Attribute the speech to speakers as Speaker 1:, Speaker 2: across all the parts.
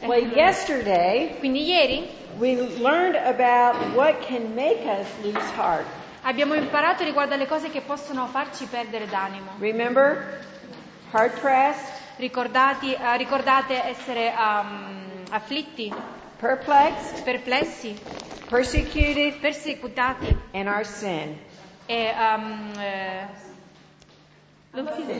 Speaker 1: Secondly, yesterday
Speaker 2: Quindi ieri
Speaker 1: we learned about what can make us lose heart.
Speaker 2: abbiamo imparato riguardo alle cose che possono farci perdere d'animo.
Speaker 1: Remember? Hard pressed,
Speaker 2: Ricordati- eh, ricordate essere ehm, afflitti,
Speaker 1: perplexed,
Speaker 2: perplessi,
Speaker 1: persecuted,
Speaker 2: persecutati
Speaker 1: and our sin.
Speaker 2: e ehm, eh,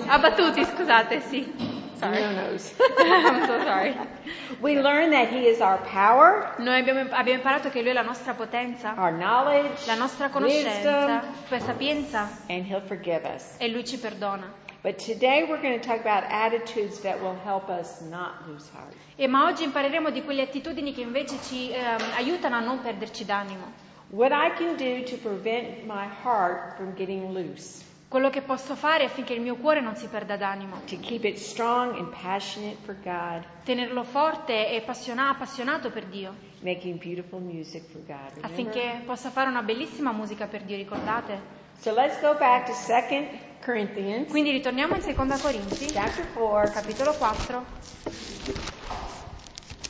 Speaker 2: abbattuti, scusate, sì. Sorry.
Speaker 1: No nos.
Speaker 2: I'm so sorry.
Speaker 1: We learn that He is our power,
Speaker 2: Noi abbiamo, abbiamo imparato che Lui è la nostra potenza,
Speaker 1: our knowledge,
Speaker 2: la nostra conoscenza,
Speaker 1: wisdom,
Speaker 2: la sapienza
Speaker 1: and He'll forgive us.
Speaker 2: e Lui ci perdona.
Speaker 1: But today we're going to talk about attitudes that will help us not lose heart.
Speaker 2: E ma oggi impareremo di quelle attitudini che invece ci ehm, aiutano a non perderci d'animo.
Speaker 1: What I can do to prevent my heart from getting loose,
Speaker 2: Quello che posso fare affinché il mio cuore non si perda d'animo.
Speaker 1: to keep it strong and passionate for God,
Speaker 2: Tenerlo forte e passiona- appassionato per Dio,
Speaker 1: making beautiful music for God. remember?
Speaker 2: affinché possa fare una bellissima musica per Dio, ricordate?
Speaker 1: So let's go back to 2 Corinthians
Speaker 2: Quindi ritorniamo in 2 Corinzi,
Speaker 1: chapter 4.
Speaker 2: capitolo 4.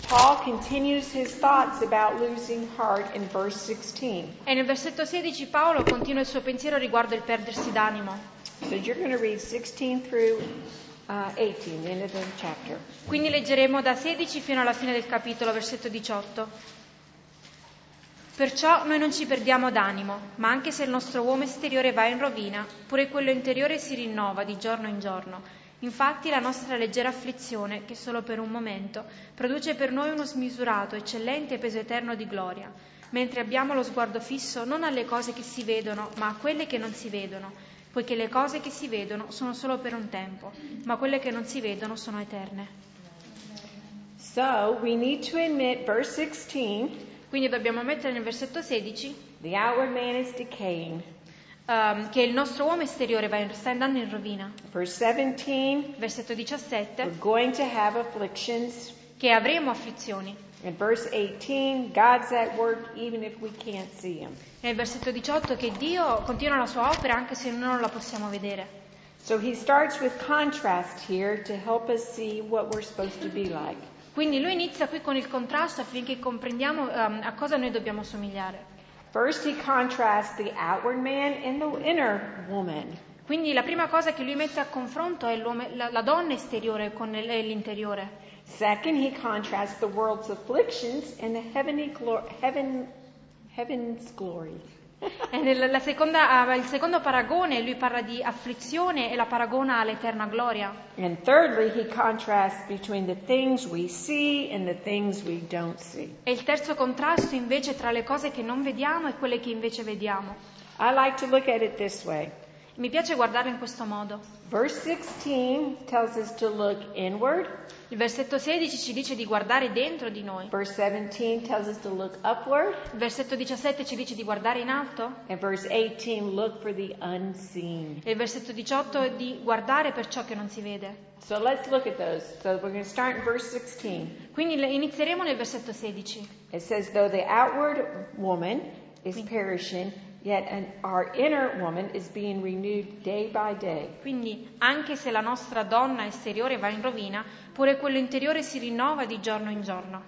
Speaker 1: Paul continues his thoughts about losing heart in verse 16.
Speaker 2: E nel versetto 16 Paolo continua il suo pensiero riguardo il perdersi d'animo.
Speaker 1: So you're going to read 16 through uh, 18, the end of the chapter.
Speaker 2: Quindi leggeremo da 16 fino alla fine del capitolo, versetto 18. Perciò noi non ci perdiamo d'animo, ma anche se il nostro uomo esteriore va in rovina, pure quello interiore si rinnova di giorno in giorno. Infatti la nostra leggera afflizione, che solo per un momento, produce per noi uno smisurato, eccellente peso eterno di gloria, mentre abbiamo lo sguardo fisso non alle cose che si vedono, ma a quelle che non si vedono, poiché le cose che si vedono sono solo per un tempo, ma quelle che non si vedono sono eterne.
Speaker 1: So we need to admit, verse 16,
Speaker 2: Quindi dobbiamo mettere nel versetto 16
Speaker 1: the outward man is decaying.
Speaker 2: ehm, che il nostro uomo esteriore va in- sta andando in rovina.
Speaker 1: Verse 17,
Speaker 2: Versetto
Speaker 1: we're
Speaker 2: 17
Speaker 1: going to have afflictions.
Speaker 2: che avremo afflizioni.
Speaker 1: In verse 18, God's at work even if we can't see him.
Speaker 2: Nel versetto 18 che Dio continua la sua opera anche se noi non la possiamo vedere.
Speaker 1: So he starts with contrast here to help us see what we're supposed to be like.
Speaker 2: Quindi lui inizia qui con il contrasto affinché comprendiamo ehm, a cosa noi dobbiamo somigliare.
Speaker 1: First, he contrasts the outward man and the inner woman.
Speaker 2: Quindi la prima cosa che lui mette a confronto è l'uomo- la, la donna esteriore con il- l'interiore.
Speaker 1: Second, he contrasts the world's afflictions and the heavenly glo- heaven, heaven's glory.
Speaker 2: E nel- la seconda- ah, il secondo paragone lui parla di afflizione e la paragona all'eterna gloria.
Speaker 1: And thirdly, he contrasts between the things we see and the things we don't see.
Speaker 2: E il terzo contrasto invece tra le cose che non vediamo e quelle che invece vediamo.
Speaker 1: I like to look at it this way.
Speaker 2: Mi piace guardarlo in questo modo.
Speaker 1: Verse 16 tells us to look inward.
Speaker 2: Il versetto 16 ci dice di guardare dentro di noi.
Speaker 1: Verse 17 tells us to look upward.
Speaker 2: Il versetto 17 ci dice di guardare in alto.
Speaker 1: And verse 18, look for the unseen.
Speaker 2: E il versetto 18 è di guardare per ciò che non si vede.
Speaker 1: So let's look at those. So we're going to start in verse 16.
Speaker 2: Quindi le- inizieremo nel versetto 16.
Speaker 1: It says, though the outward woman is perishing, yet an, our inner woman is being renewed day by day.
Speaker 2: Quindi anche se la nostra donna esteriore va in rovina, pure quello interiore si rinnova di giorno in giorno.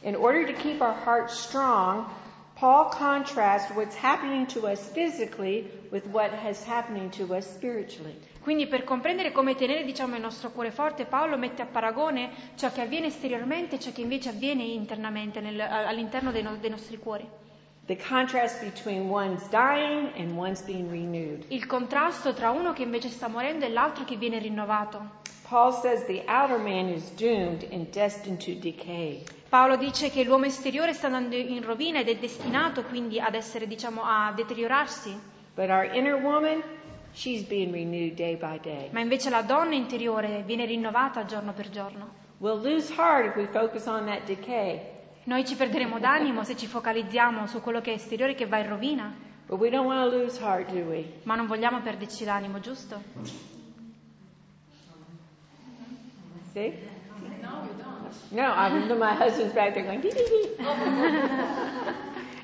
Speaker 1: In order to keep our hearts strong, Paul contrasts what's happening to us physically with what is happening to us spiritually.
Speaker 2: Quindi per comprendere come tenere diciamo, il nostro cuore forte, Paolo mette a paragone ciò che avviene esteriormente e ciò che invece avviene internamente, nel- all'interno dei, no- dei nostri cuori.
Speaker 1: The contrast between one's dying and one's being renewed.
Speaker 2: Il contrasto tra uno che invece sta morendo e l'altro che viene rinnovato.
Speaker 1: Paul says the outer man is doomed and destined to decay.
Speaker 2: Paolo dice che l'uomo esteriore sta andando in rovina ed è destinato quindi ad essere, diciamo, a deteriorarsi,
Speaker 1: But our inner woman, she's being renewed day by day.
Speaker 2: ma invece la donna interiore viene rinnovata giorno per giorno.
Speaker 1: We'll lose heart if we focus on that decay,
Speaker 2: Noi ci perderemo d'animo se ci focalizziamo su quello che è esteriore che va in rovina,
Speaker 1: but we don't want to lose heart, do we?
Speaker 2: ma non vogliamo perderci d'animo, giusto?
Speaker 1: See? No, we don't. No, I remember my husband's back there going, dee dee dee.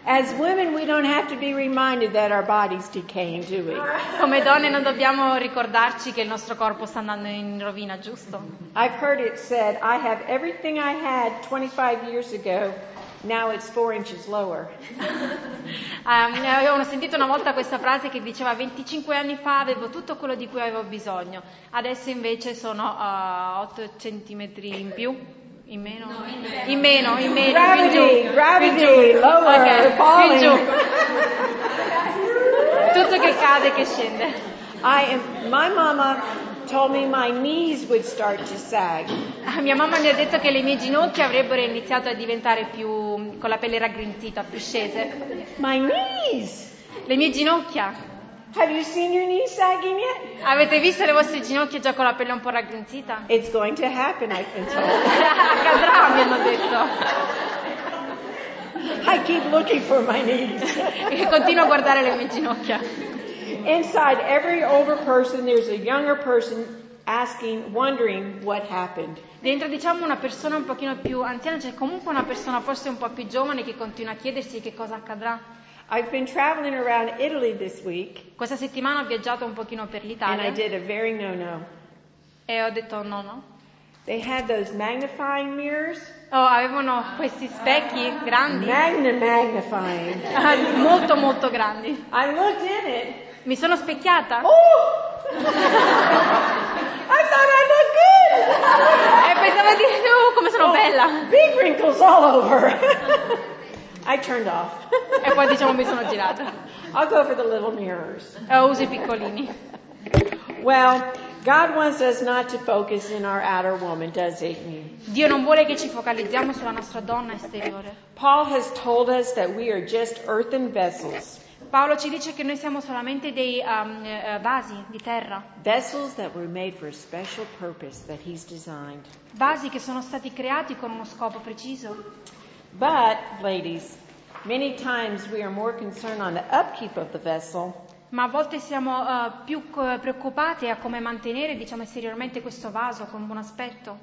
Speaker 1: As women, we don't have to be reminded that our body's decaying, do we?
Speaker 2: Come donne non dobbiamo ricordarci che il nostro corpo sta andando in rovina, giusto?
Speaker 1: I've heard it said, I have everything I had 25 years ago, now it's four inches lower.
Speaker 2: Ehm, ne avevano sentito una volta questa frase che diceva 25 anni fa avevo tutto quello di cui avevo bisogno, adesso invece sono 8 centimetri in più. In meno? in meno, in meno. in giù.
Speaker 1: Gravity, gravity, lower,
Speaker 2: Ok,
Speaker 1: falling.
Speaker 2: in giù. Tutto che cade, che scende.
Speaker 1: I am, my mama told me my knees would start to sag.
Speaker 2: Ah, Mia mamma mi ha detto che le mie ginocchia avrebbero iniziato a diventare più con la pelle raggrinzita, più scese.
Speaker 1: My knees!
Speaker 2: Le mie ginocchia.
Speaker 1: Have you seen your knees sagging yet?
Speaker 2: Avete visto le vostre ginocchia già con la pelle un po' raggrinzita?
Speaker 1: It's going to happen, I've been told.
Speaker 2: Accadrà, mi hanno detto.
Speaker 1: I keep looking for my knees.
Speaker 2: E continuo a guardare le mie ginocchia.
Speaker 1: Inside every older person, there's a younger person asking, wondering what happened.
Speaker 2: Dentro diciamo una persona un pochino più anziana, c'è comunque una persona forse un po' più giovane che continua a chiedersi che cosa accadrà.
Speaker 1: I've been traveling around Italy this week,
Speaker 2: Questa settimana ho viaggiato un pochino per
Speaker 1: and I
Speaker 2: l'Italia
Speaker 1: did a very no-no.
Speaker 2: e ho detto no, no.
Speaker 1: They had those magnifying mirrors,
Speaker 2: Oh, avevano questi specchi grandi,
Speaker 1: magna magnifying.
Speaker 2: molto molto grandi.
Speaker 1: I looked in it.
Speaker 2: Mi sono specchiata
Speaker 1: Oh! I thought I looked good.
Speaker 2: e pensavo di oh, come sono bella.
Speaker 1: Big wrinkles all over. I turned off.
Speaker 2: E poi diciamo mi sono girata.
Speaker 1: I'll go for the little mirrors.
Speaker 2: Eh, uso i piccolini.
Speaker 1: Well, God wants us not to focus in our outer woman, does He?
Speaker 2: Dio non vuole che ci focalizziamo sulla nostra donna esteriore.
Speaker 1: Paul has told us that we are just earthen vessels,
Speaker 2: Paolo ci dice che noi siamo solamente dei um, eh, vasi di terra,
Speaker 1: vessels that were made for a special purpose that He's designed.
Speaker 2: vasi che sono stati creati con uno scopo preciso.
Speaker 1: But, ladies, many times we are more concerned on the upkeep of the vessel
Speaker 2: Ma a volte siamo eh, più co- preoccupati a come mantenere, diciamo, esteriormente questo vaso con buon aspetto,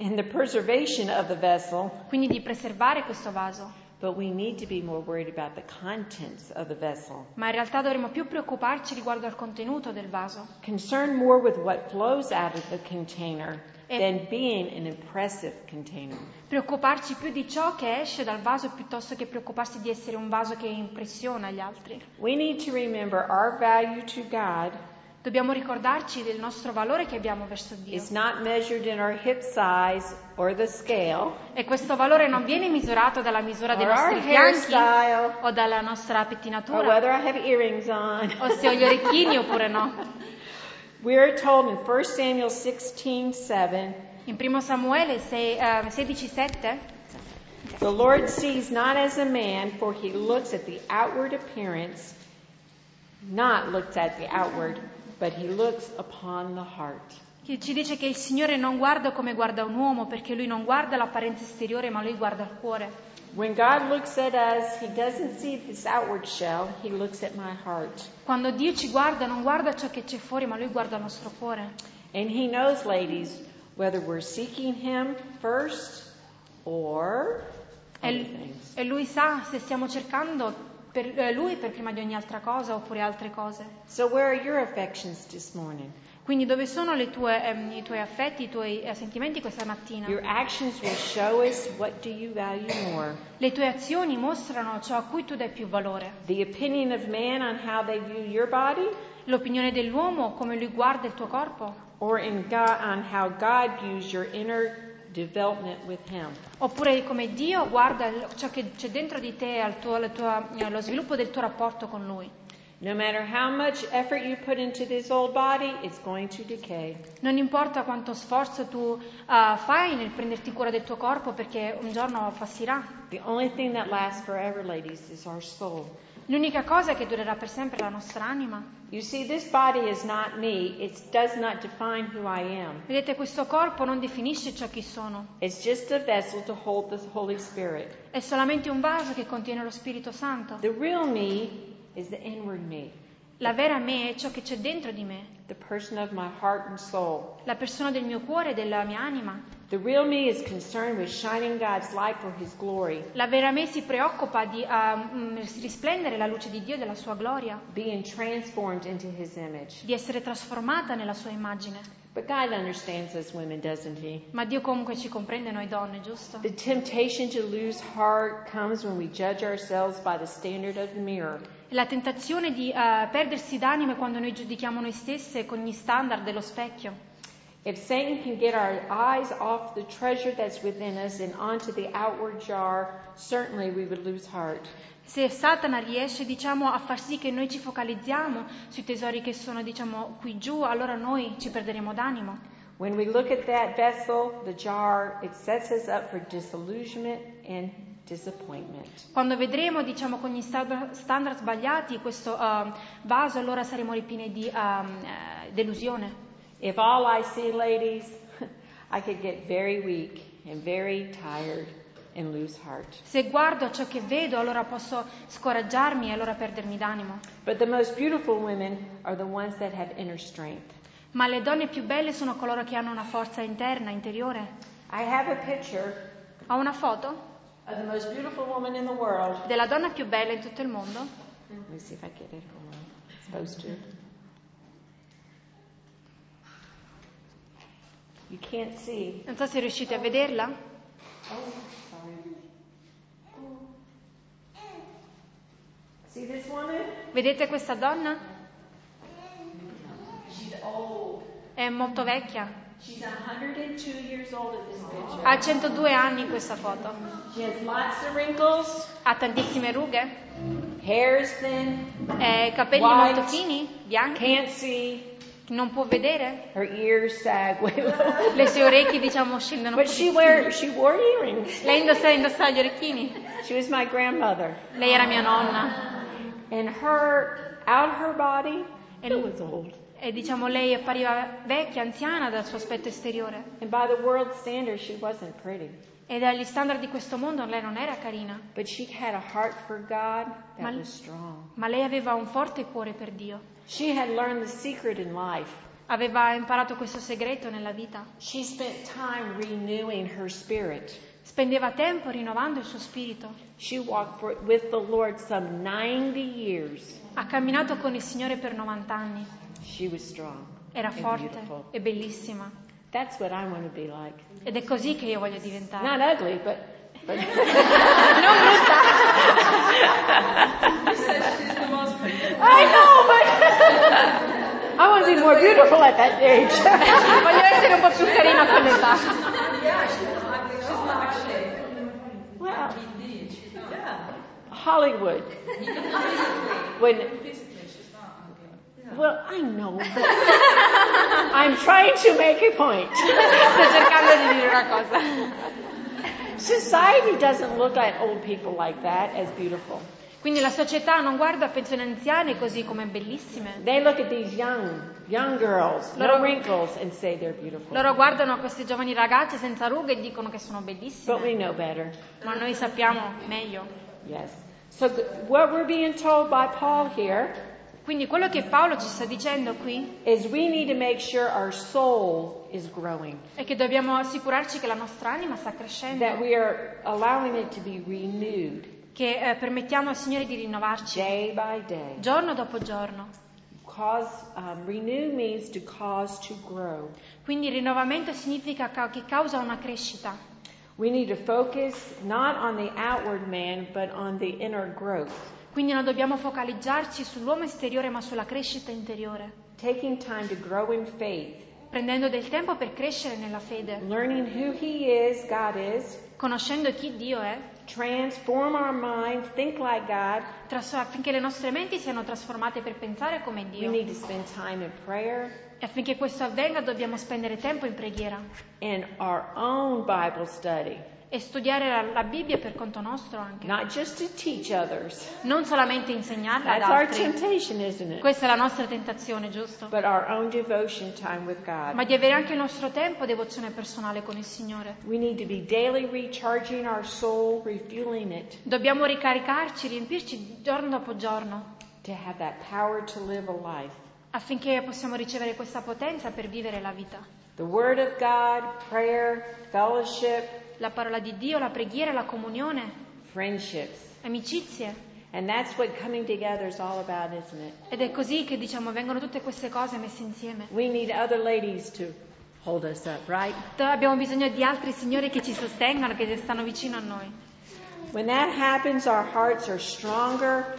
Speaker 1: and the preservation of the vessel
Speaker 2: quindi di preservare questo vaso.
Speaker 1: But we need to be more worried about the contents of the vessel,
Speaker 2: Ma in realtà dovremmo più preoccuparci riguardo al contenuto del vaso.
Speaker 1: concerned more with what flows out of the container
Speaker 2: Eh.
Speaker 1: than being an impressive container.
Speaker 2: preoccuparci più di ciò che esce dal vaso piuttosto che preoccuparsi di essere un vaso che impressiona gli altri.
Speaker 1: We need to remember our value to God
Speaker 2: Dobbiamo ricordarci del nostro valore che abbiamo verso Dio
Speaker 1: is not measured in our hip size or the scale
Speaker 2: e questo valore non viene misurato dalla misura dei
Speaker 1: or our
Speaker 2: nostri fianchi
Speaker 1: hairstyle
Speaker 2: o dalla nostra
Speaker 1: or
Speaker 2: pettinatura
Speaker 1: whether I have earrings on.
Speaker 2: o se ho gli orecchini oppure no.
Speaker 1: We are told in 1 Samuel 16:7,
Speaker 2: In 1 Samuele ehm, 16:7
Speaker 1: the Lord sees not as a man, for he looks at the outward appearance, not looks at the outward, but he looks upon the heart.
Speaker 2: che ci dice che il Signore non guarda come guarda un uomo perché lui non guarda l'apparenza esteriore ma lui guarda il cuore.
Speaker 1: When God looks at us, he doesn't see this outward shell, he looks at my heart.
Speaker 2: Quando Dio ci guarda non guarda ciò che c'è fuori ma lui guarda il nostro cuore.
Speaker 1: And he knows, ladies, whether we're seeking him first or
Speaker 2: E,
Speaker 1: other
Speaker 2: l-
Speaker 1: things.
Speaker 2: e lui sa se stiamo cercando per, eh, lui per prima di ogni altra cosa oppure altre cose.
Speaker 1: So where are your affections this morning?
Speaker 2: Quindi dove sono le tue, ehm, i tuoi affetti, i tuoi eh, sentimenti questa mattina?
Speaker 1: Your actions will show us what do you value more.
Speaker 2: Le tue azioni mostrano ciò a cui tu dai più valore.
Speaker 1: The opinion of man on how they view your body
Speaker 2: L'opinione dell'uomo, come lui guarda il tuo corpo,
Speaker 1: or in God, on how God views your inner development with Him.
Speaker 2: oppure come Dio guarda il- ciò che c'è dentro di te, al tuo- la tua- eh, lo sviluppo del tuo rapporto con lui.
Speaker 1: No matter how much effort you put into this old body, it's going to decay.
Speaker 2: Non importa quanto sforzo tu eh, fai nel prenderti cura del tuo corpo perché un giorno passerà.
Speaker 1: The only thing that lasts forever, ladies, is our soul.
Speaker 2: L'unica cosa che durerà per sempre è la nostra anima.
Speaker 1: You see, this body is not me. It does not define who I am.
Speaker 2: Vedete, questo corpo non definisce ciò che sono,
Speaker 1: It's just a vessel to hold the Holy Spirit.
Speaker 2: è solamente un vaso che contiene lo Spirito Santo.
Speaker 1: The real me is the inward me,
Speaker 2: La vera me è ciò che c'è dentro di me,
Speaker 1: the person of my heart and soul.
Speaker 2: la persona del mio cuore e della mia anima.
Speaker 1: The The real me is concerned with shining God's light for His glory,
Speaker 2: La vera me si preoccupa di ah, mm, risplendere la luce di Dio e della sua gloria,
Speaker 1: being transformed into His image.
Speaker 2: di essere trasformata nella sua immagine.
Speaker 1: But God understands us women, doesn't He?
Speaker 2: Ma Dio comunque ci comprende noi donne, giusto?
Speaker 1: The temptation to lose heart comes when we judge ourselves by the standard of the mirror.
Speaker 2: La tentazione di eh, perdersi d'anime quando noi giudichiamo noi stesse con gli standard dello specchio.
Speaker 1: If Satan can get our eyes off the treasure that's within us and onto the outward jar, certainly we would lose heart.
Speaker 2: Se Satana riesce, diciamo, a far sì che noi ci focalizziamo sui tesori che sono, diciamo, qui giù, allora noi ci perderemo d'animo.
Speaker 1: When we look at that vessel, the jar, it sets us up for disillusionment and disappointment.
Speaker 2: Quando vedremo, diciamo, con gli sta- standard sbagliati questo eh, vaso, allora saremo ripieni di ehm, eh, delusione.
Speaker 1: If all I see, ladies, I could get very weak and very tired and lose heart.
Speaker 2: Se guardo a ciò che vedo, allora posso scoraggiarmi e allora perdermi d'animo.
Speaker 1: But the most beautiful women are the ones that have inner strength.
Speaker 2: Ma le donne più belle sono coloro che hanno una forza interna, interiore.
Speaker 1: I have a picture
Speaker 2: Ho una foto
Speaker 1: of the most beautiful woman in the world.
Speaker 2: della donna più bella in tutto il mondo.
Speaker 1: Let me see if I get it. Hold on. It's supposed to. You can't see.
Speaker 2: Non so se riuscite a vederla.
Speaker 1: Oh, sorry. See this woman?
Speaker 2: Vedete questa donna?
Speaker 1: She's old.
Speaker 2: È molto vecchia.
Speaker 1: She's 102 years old in this picture.
Speaker 2: Ha 102 anni in questa foto.
Speaker 1: She has lots of wrinkles.
Speaker 2: Ha tantissime rughe,
Speaker 1: Hair is thin.
Speaker 2: eh, capelli
Speaker 1: White.
Speaker 2: molto fini, bianchi,
Speaker 1: Can't see.
Speaker 2: non può vedere.
Speaker 1: Her ears sag way low.
Speaker 2: Le sue orecchie, diciamo, scendono.
Speaker 1: But she wear she wore earrings.
Speaker 2: Lei indossa, indossa gli orecchini.
Speaker 1: She was my grandmother.
Speaker 2: Lei era mia nonna.
Speaker 1: And her out her body
Speaker 2: E,
Speaker 1: it was old.
Speaker 2: e diciamo, lei appariva vecchia, anziana dal suo aspetto esteriore.
Speaker 1: And by the world standard she wasn't pretty.
Speaker 2: E dagli standard di questo mondo lei non era carina,
Speaker 1: But she had a heart for God that
Speaker 2: Mal-
Speaker 1: was strong.
Speaker 2: ma lei aveva un forte cuore per Dio.
Speaker 1: She had learned the secret in life.
Speaker 2: Aveva imparato questo segreto nella vita.
Speaker 1: She spent time renewing her spirit.
Speaker 2: Spendeva tempo rinnovando il suo spirito.
Speaker 1: She walked for, with the Lord some 90 years.
Speaker 2: Ha camminato con il Signore per 90 anni.
Speaker 1: She was strong.
Speaker 2: Era
Speaker 1: and
Speaker 2: forte
Speaker 1: beautiful.
Speaker 2: e bellissima.
Speaker 1: That's what I want to be like.
Speaker 2: Ed è così che io voglio diventare.
Speaker 1: Not ugly, but, but
Speaker 2: Non brutta!
Speaker 1: I want to be more beautiful at that age.
Speaker 2: Voglio essere un po' più carina a quell'età.
Speaker 1: well, Hollywood. when, well, I know, but I'm trying to make a point.
Speaker 2: Sto cercando di dire una cosa.
Speaker 1: Society doesn't look at old people like that as beautiful.
Speaker 2: Quindi la società non guarda a persone anziane così come bellissime.
Speaker 1: They look at these young, young girls, no
Speaker 2: Loro-
Speaker 1: wrinkles, and say they're beautiful.
Speaker 2: Loro guardano a queste giovani ragazze senza rughe e dicono che sono
Speaker 1: But
Speaker 2: bellissime.
Speaker 1: we know better.
Speaker 2: Ma noi sappiamo meglio.
Speaker 1: Yes. So th- what we're being told by Paul here
Speaker 2: Quindi quello che Paolo ci sta dicendo qui
Speaker 1: is we need to make sure our soul is growing,
Speaker 2: è che dobbiamo assicurarci che la nostra anima sta crescendo,
Speaker 1: that we are allowing it to be renewed
Speaker 2: che eh, permettiamo al Signore di rinnovarci
Speaker 1: day by day.
Speaker 2: giorno dopo giorno.
Speaker 1: Cause um, renew means to cause to grow.
Speaker 2: Quindi il rinnovamento significa ca- che causa una crescita.
Speaker 1: We need to focus not on the outward man, but on the inner growth.
Speaker 2: Quindi non dobbiamo focalizzarci sull'uomo esteriore ma sulla crescita interiore,
Speaker 1: Taking time to grow in faith,
Speaker 2: prendendo del tempo per crescere nella fede,
Speaker 1: learning who He is, God is,
Speaker 2: conoscendo chi Dio è,
Speaker 1: transform our mind, think like God.
Speaker 2: tras- affinché le nostre menti siano trasformate per pensare come
Speaker 1: We
Speaker 2: Dio.
Speaker 1: need to spend time in prayer,
Speaker 2: E affinché questo avvenga dobbiamo spendere tempo in preghiera
Speaker 1: in our own Bible study,
Speaker 2: e studiare la, la Bibbia per conto nostro anche,
Speaker 1: not just to teach others.
Speaker 2: non solamente insegnarla ad
Speaker 1: That's our
Speaker 2: altri.
Speaker 1: temptation, isn't it?
Speaker 2: Questa è la nostra tentazione, giusto?
Speaker 1: But our own devotion time with God.
Speaker 2: Ma di avere anche il nostro tempo devozione personale con il Signore.
Speaker 1: We need to be daily recharging our soul, refueling it
Speaker 2: Dobbiamo ricaricarci, riempirci giorno dopo giorno
Speaker 1: to have that power to live a life.
Speaker 2: affinché possiamo ricevere questa potenza per vivere la vita.
Speaker 1: The Word of God, prayer, fellowship,
Speaker 2: La parola di Dio, la preghiera, la comunione,
Speaker 1: friendships.
Speaker 2: amicizie.
Speaker 1: And that's what coming together is all about, isn't it?
Speaker 2: Ed è così che diciamo vengono tutte queste cose messe insieme.
Speaker 1: We need other ladies to hold us up, right?
Speaker 2: Noi Abbiamo bisogno di altri signori che ci sostengano, che stanno vicino a noi.
Speaker 1: When that happens, our hearts are stronger.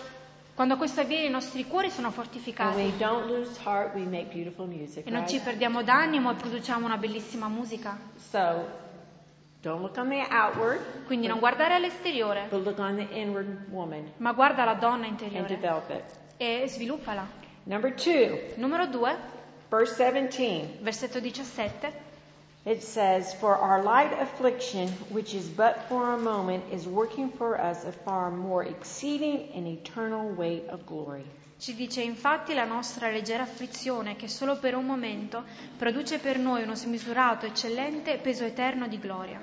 Speaker 2: Quando questo avviene i nostri cuori sono
Speaker 1: And
Speaker 2: fortificati
Speaker 1: we don't lose heart, we make beautiful music.
Speaker 2: e non ci
Speaker 1: Right?
Speaker 2: perdiamo d'animo e produciamo una bellissima musica.
Speaker 1: So don't look on the outward,
Speaker 2: Quindi non guardare all'esteriore,
Speaker 1: but look on the inward woman
Speaker 2: ma guarda la donna
Speaker 1: and
Speaker 2: interiore
Speaker 1: develop it.
Speaker 2: e sviluppala.
Speaker 1: Number two,
Speaker 2: Numero 2,
Speaker 1: verse 17.
Speaker 2: versetto 17.
Speaker 1: It says, For our light affliction, which is but for a moment, is working for us a far more exceeding and eternal weight of glory.
Speaker 2: Ci dice infatti la nostra leggera afflizione che solo per un momento produce per noi uno smisurato, eccellente peso eterno di gloria.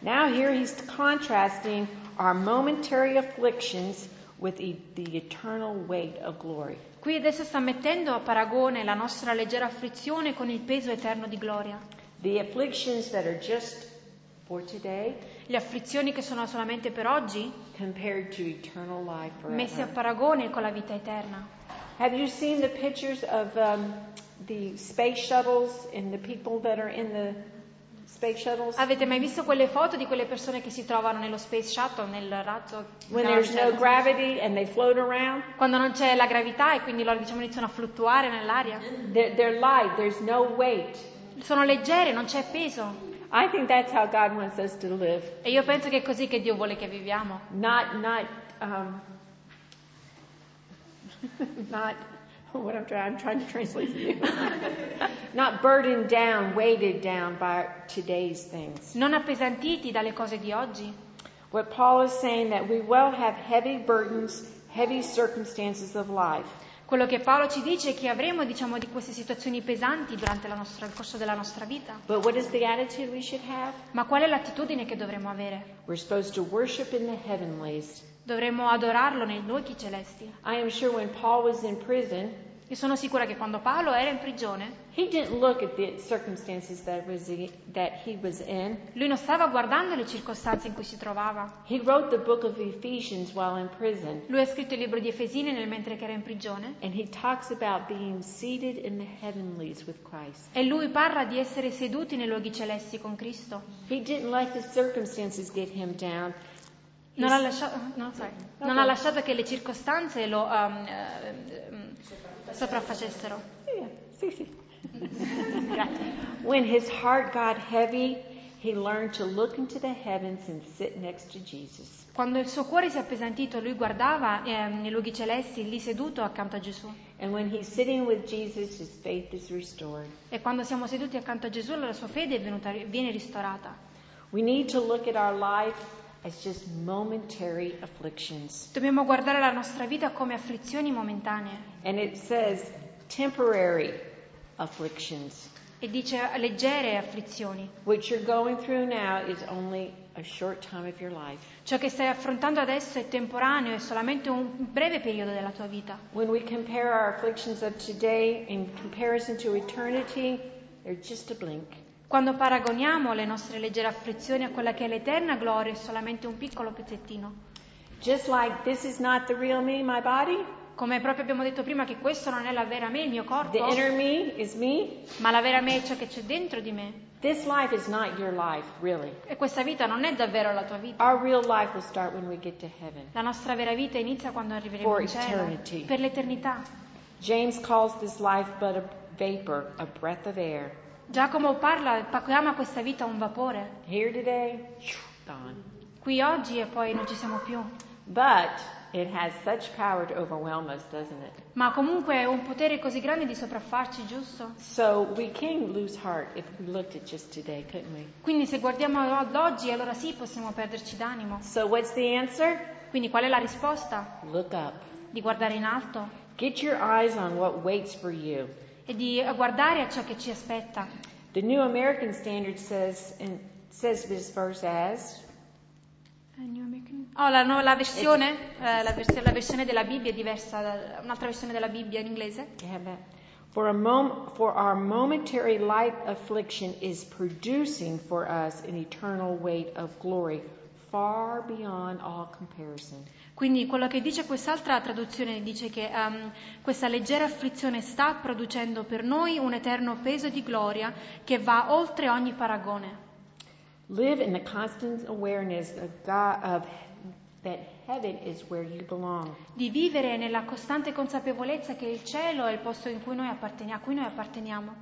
Speaker 1: Now, here he's contrasting our momentary afflictions with e- the eternal weight of glory.
Speaker 2: Qui adesso sta mettendo a paragone la nostra leggera afflizione con il peso eterno di gloria.
Speaker 1: The afflictions that are just for today
Speaker 2: Le afflizioni che sono solamente per oggi,
Speaker 1: compared to eternal life
Speaker 2: messe a
Speaker 1: forever.
Speaker 2: paragone con la vita eterna.
Speaker 1: Have you seen the pictures of um, the space shuttles and the people that are in the space shuttles?
Speaker 2: Avete mai visto quelle foto di quelle persone che si trovano nello Space Shuttle, nel razzo?
Speaker 1: When
Speaker 2: no,
Speaker 1: there's
Speaker 2: cioè,
Speaker 1: no gravity and they float around,
Speaker 2: quando non c'è la gravità e quindi loro diciamo, iniziano a fluttuare nell'aria?
Speaker 1: they're, they're light, there's no weight.
Speaker 2: Sono leggere, non c'è peso.
Speaker 1: I think that's how God wants us to live.
Speaker 2: E io penso che è così che Dio vuole che viviamo.
Speaker 1: Not, not, um, not, what I'm trying, I'm trying to translate for you. not burdened down, weighted down by today's things.
Speaker 2: Non appesantiti dalle cose di oggi.
Speaker 1: What Paul is saying that we will have heavy burdens, heavy circumstances of life.
Speaker 2: Quello che Paolo ci dice è che avremo diciamo, di queste situazioni pesanti durante la nostra- il corso della nostra vita.
Speaker 1: But what is the attitude we should have?
Speaker 2: Ma qual è l'attitudine che dovremmo avere?
Speaker 1: We're supposed to worship in the heavenlies.
Speaker 2: Dovremmo adorarlo nei luoghi celesti.
Speaker 1: I am sure when Paul was in prison,
Speaker 2: Io sono sicura che quando Paolo era in prigione,
Speaker 1: he didn't look at the circumstances that, was that he was in.
Speaker 2: lui non stava guardando le circostanze in cui si trovava.
Speaker 1: He wrote the book of Ephesians while in prison,
Speaker 2: Lui ha scritto il libro di Efesini nel mentre che era in prigione
Speaker 1: and he talks about being seated in the heavenlies with Christ.
Speaker 2: e lui parla di essere seduti nei luoghi celesti con Cristo.
Speaker 1: He didn't let the circumstances get him down.
Speaker 2: Non ha, lasciato, no, sorry. Non ha lasciato che le circostanze lo um, eh, ehm, sopraffacessero.
Speaker 1: Yeah, Cece. when his heart got heavy, he learned to look into the heavens and sit next to Jesus.
Speaker 2: Quando il suo cuore si è appesantito, lui guardava ehm, nei luoghi celesti, lì seduto accanto a Gesù.
Speaker 1: And when he's sitting with Jesus, his faith is restored.
Speaker 2: E quando siamo seduti accanto a Gesù, la sua fede è venuta- viene ristorata.
Speaker 1: We need to look at our life as just momentary afflictions.
Speaker 2: Dobbiamo guardare la nostra vita come afflizioni momentanee.
Speaker 1: And it says temporary afflictions.
Speaker 2: E dice leggere afflizioni.
Speaker 1: What you're going through now is only a short time of your life.
Speaker 2: Ciò che stai affrontando adesso è temporaneo, è solamente un breve periodo della tua vita.
Speaker 1: When we compare our afflictions of today in comparison to eternity, they're just a blink.
Speaker 2: Quando paragoniamo le nostre leggere afflizioni a quella che è l'eterna gloria, è solamente un piccolo pezzettino.
Speaker 1: Just like this is not the real me, my body,
Speaker 2: Come proprio abbiamo detto prima che questo non è la vera me, il mio
Speaker 1: the
Speaker 2: corpo,
Speaker 1: inner me is me.
Speaker 2: ma la vera me è ciò che c'è dentro di me.
Speaker 1: This life is not your life, really.
Speaker 2: E questa vita non è davvero la tua vita.
Speaker 1: Our real life will start when we get to heaven.
Speaker 2: La nostra vera vita inizia quando arriveremo
Speaker 1: For
Speaker 2: in cielo,
Speaker 1: eternity.
Speaker 2: per l'eternità.
Speaker 1: James calls this life but a vapor, a breath of air.
Speaker 2: Giacomo parla, chiama questa vita un vapore.
Speaker 1: Here today, gone.
Speaker 2: Qui oggi e poi non ci siamo più.
Speaker 1: But it has such power to overwhelm us, doesn't it?
Speaker 2: Ma comunque è un potere così grande di sopraffarci, giusto?
Speaker 1: So we can lose heart if we looked at just today, couldn't we?
Speaker 2: Quindi se guardiamo ad oggi, allora sì, possiamo perderci d'animo.
Speaker 1: So what's the answer?
Speaker 2: Quindi qual è la risposta?
Speaker 1: Look up.
Speaker 2: Di guardare in alto
Speaker 1: Get your eyes on what waits for you.
Speaker 2: e di eh, guardare a ciò che ci aspetta.
Speaker 1: The New American Standard says and says this verse as
Speaker 2: Oh, la, no- la
Speaker 1: Ecco.
Speaker 2: versione, eh, la, vers- la versione della Bibbia è diversa, da- un'altra versione della Bibbia in inglese.
Speaker 1: you have that? For, a mom- for our momentary light affliction is producing for us an eternal weight of glory far beyond all comparison.
Speaker 2: Quindi quello che dice quest'altra traduzione dice che ehm, questa leggera afflizione sta producendo per noi un eterno peso di gloria che va oltre ogni paragone.
Speaker 1: Live in the constant awareness of God of that heaven is where you belong.
Speaker 2: Di vivere nella costante consapevolezza che il cielo è il posto in cui noi apparteni- a cui noi apparteniamo.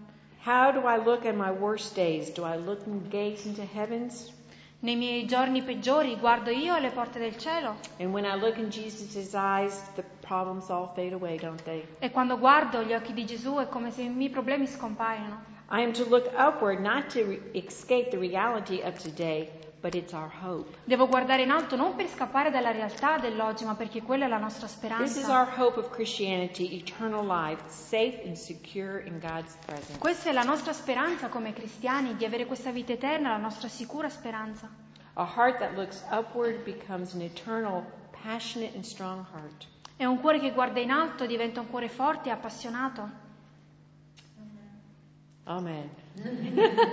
Speaker 1: How do I look at my worst days? Do I look and gaze into heavens?
Speaker 2: Nei miei giorni peggiori guardo io alle porte del cielo
Speaker 1: And when I look in Jesus' eyes, the problems all fade away, don't they?
Speaker 2: e quando guardo gli occhi di Gesù è come se i miei problemi scompaiono.
Speaker 1: I am to look upward, not to re- escape the reality of today, but it's our hope.
Speaker 2: Devo guardare in alto non per scappare dalla realtà dell'oggi, ma perché quella è la nostra
Speaker 1: This is
Speaker 2: speranza.
Speaker 1: our hope of Christianity, eternal life, safe and secure in God's presence.
Speaker 2: Questa è la nostra speranza come cristiani, di avere questa vita eterna, la nostra sicura speranza.
Speaker 1: A heart that looks upward becomes an eternal, passionate, and strong heart.
Speaker 2: È un cuore che guarda in alto, diventa un cuore forte e appassionato.
Speaker 1: Amen.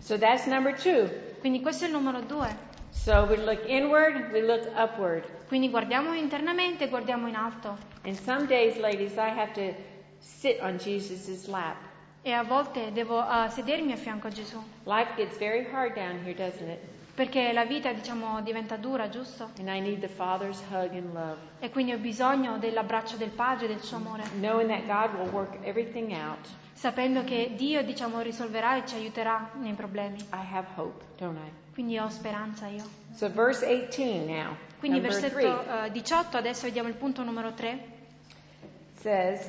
Speaker 1: so that's number two.
Speaker 2: Quindi questo è il numero due.
Speaker 1: So we look inward, we look upward.
Speaker 2: Quindi guardiamo internamente e guardiamo in alto.
Speaker 1: And some days, ladies, I have to sit on Jesus' lap.
Speaker 2: E a volte devo eh, sedermi a fianco a Gesù,
Speaker 1: Life gets very hard down here, doesn't it?
Speaker 2: perché la vita diciamo diventa dura, giusto?
Speaker 1: And I need the Father's hug and love,
Speaker 2: E quindi ho bisogno dell'abbraccio del Padre, del suo amore,
Speaker 1: knowing that God will work everything out.
Speaker 2: sapendo che Dio diciamo risolverà e ci aiuterà nei problemi.
Speaker 1: I have hope, don't I?
Speaker 2: Quindi ho speranza io.
Speaker 1: So, verse 18 now,
Speaker 2: Quindi
Speaker 1: number
Speaker 2: versetto
Speaker 1: three,
Speaker 2: eh, 18, adesso vediamo il punto numero 3.
Speaker 1: says,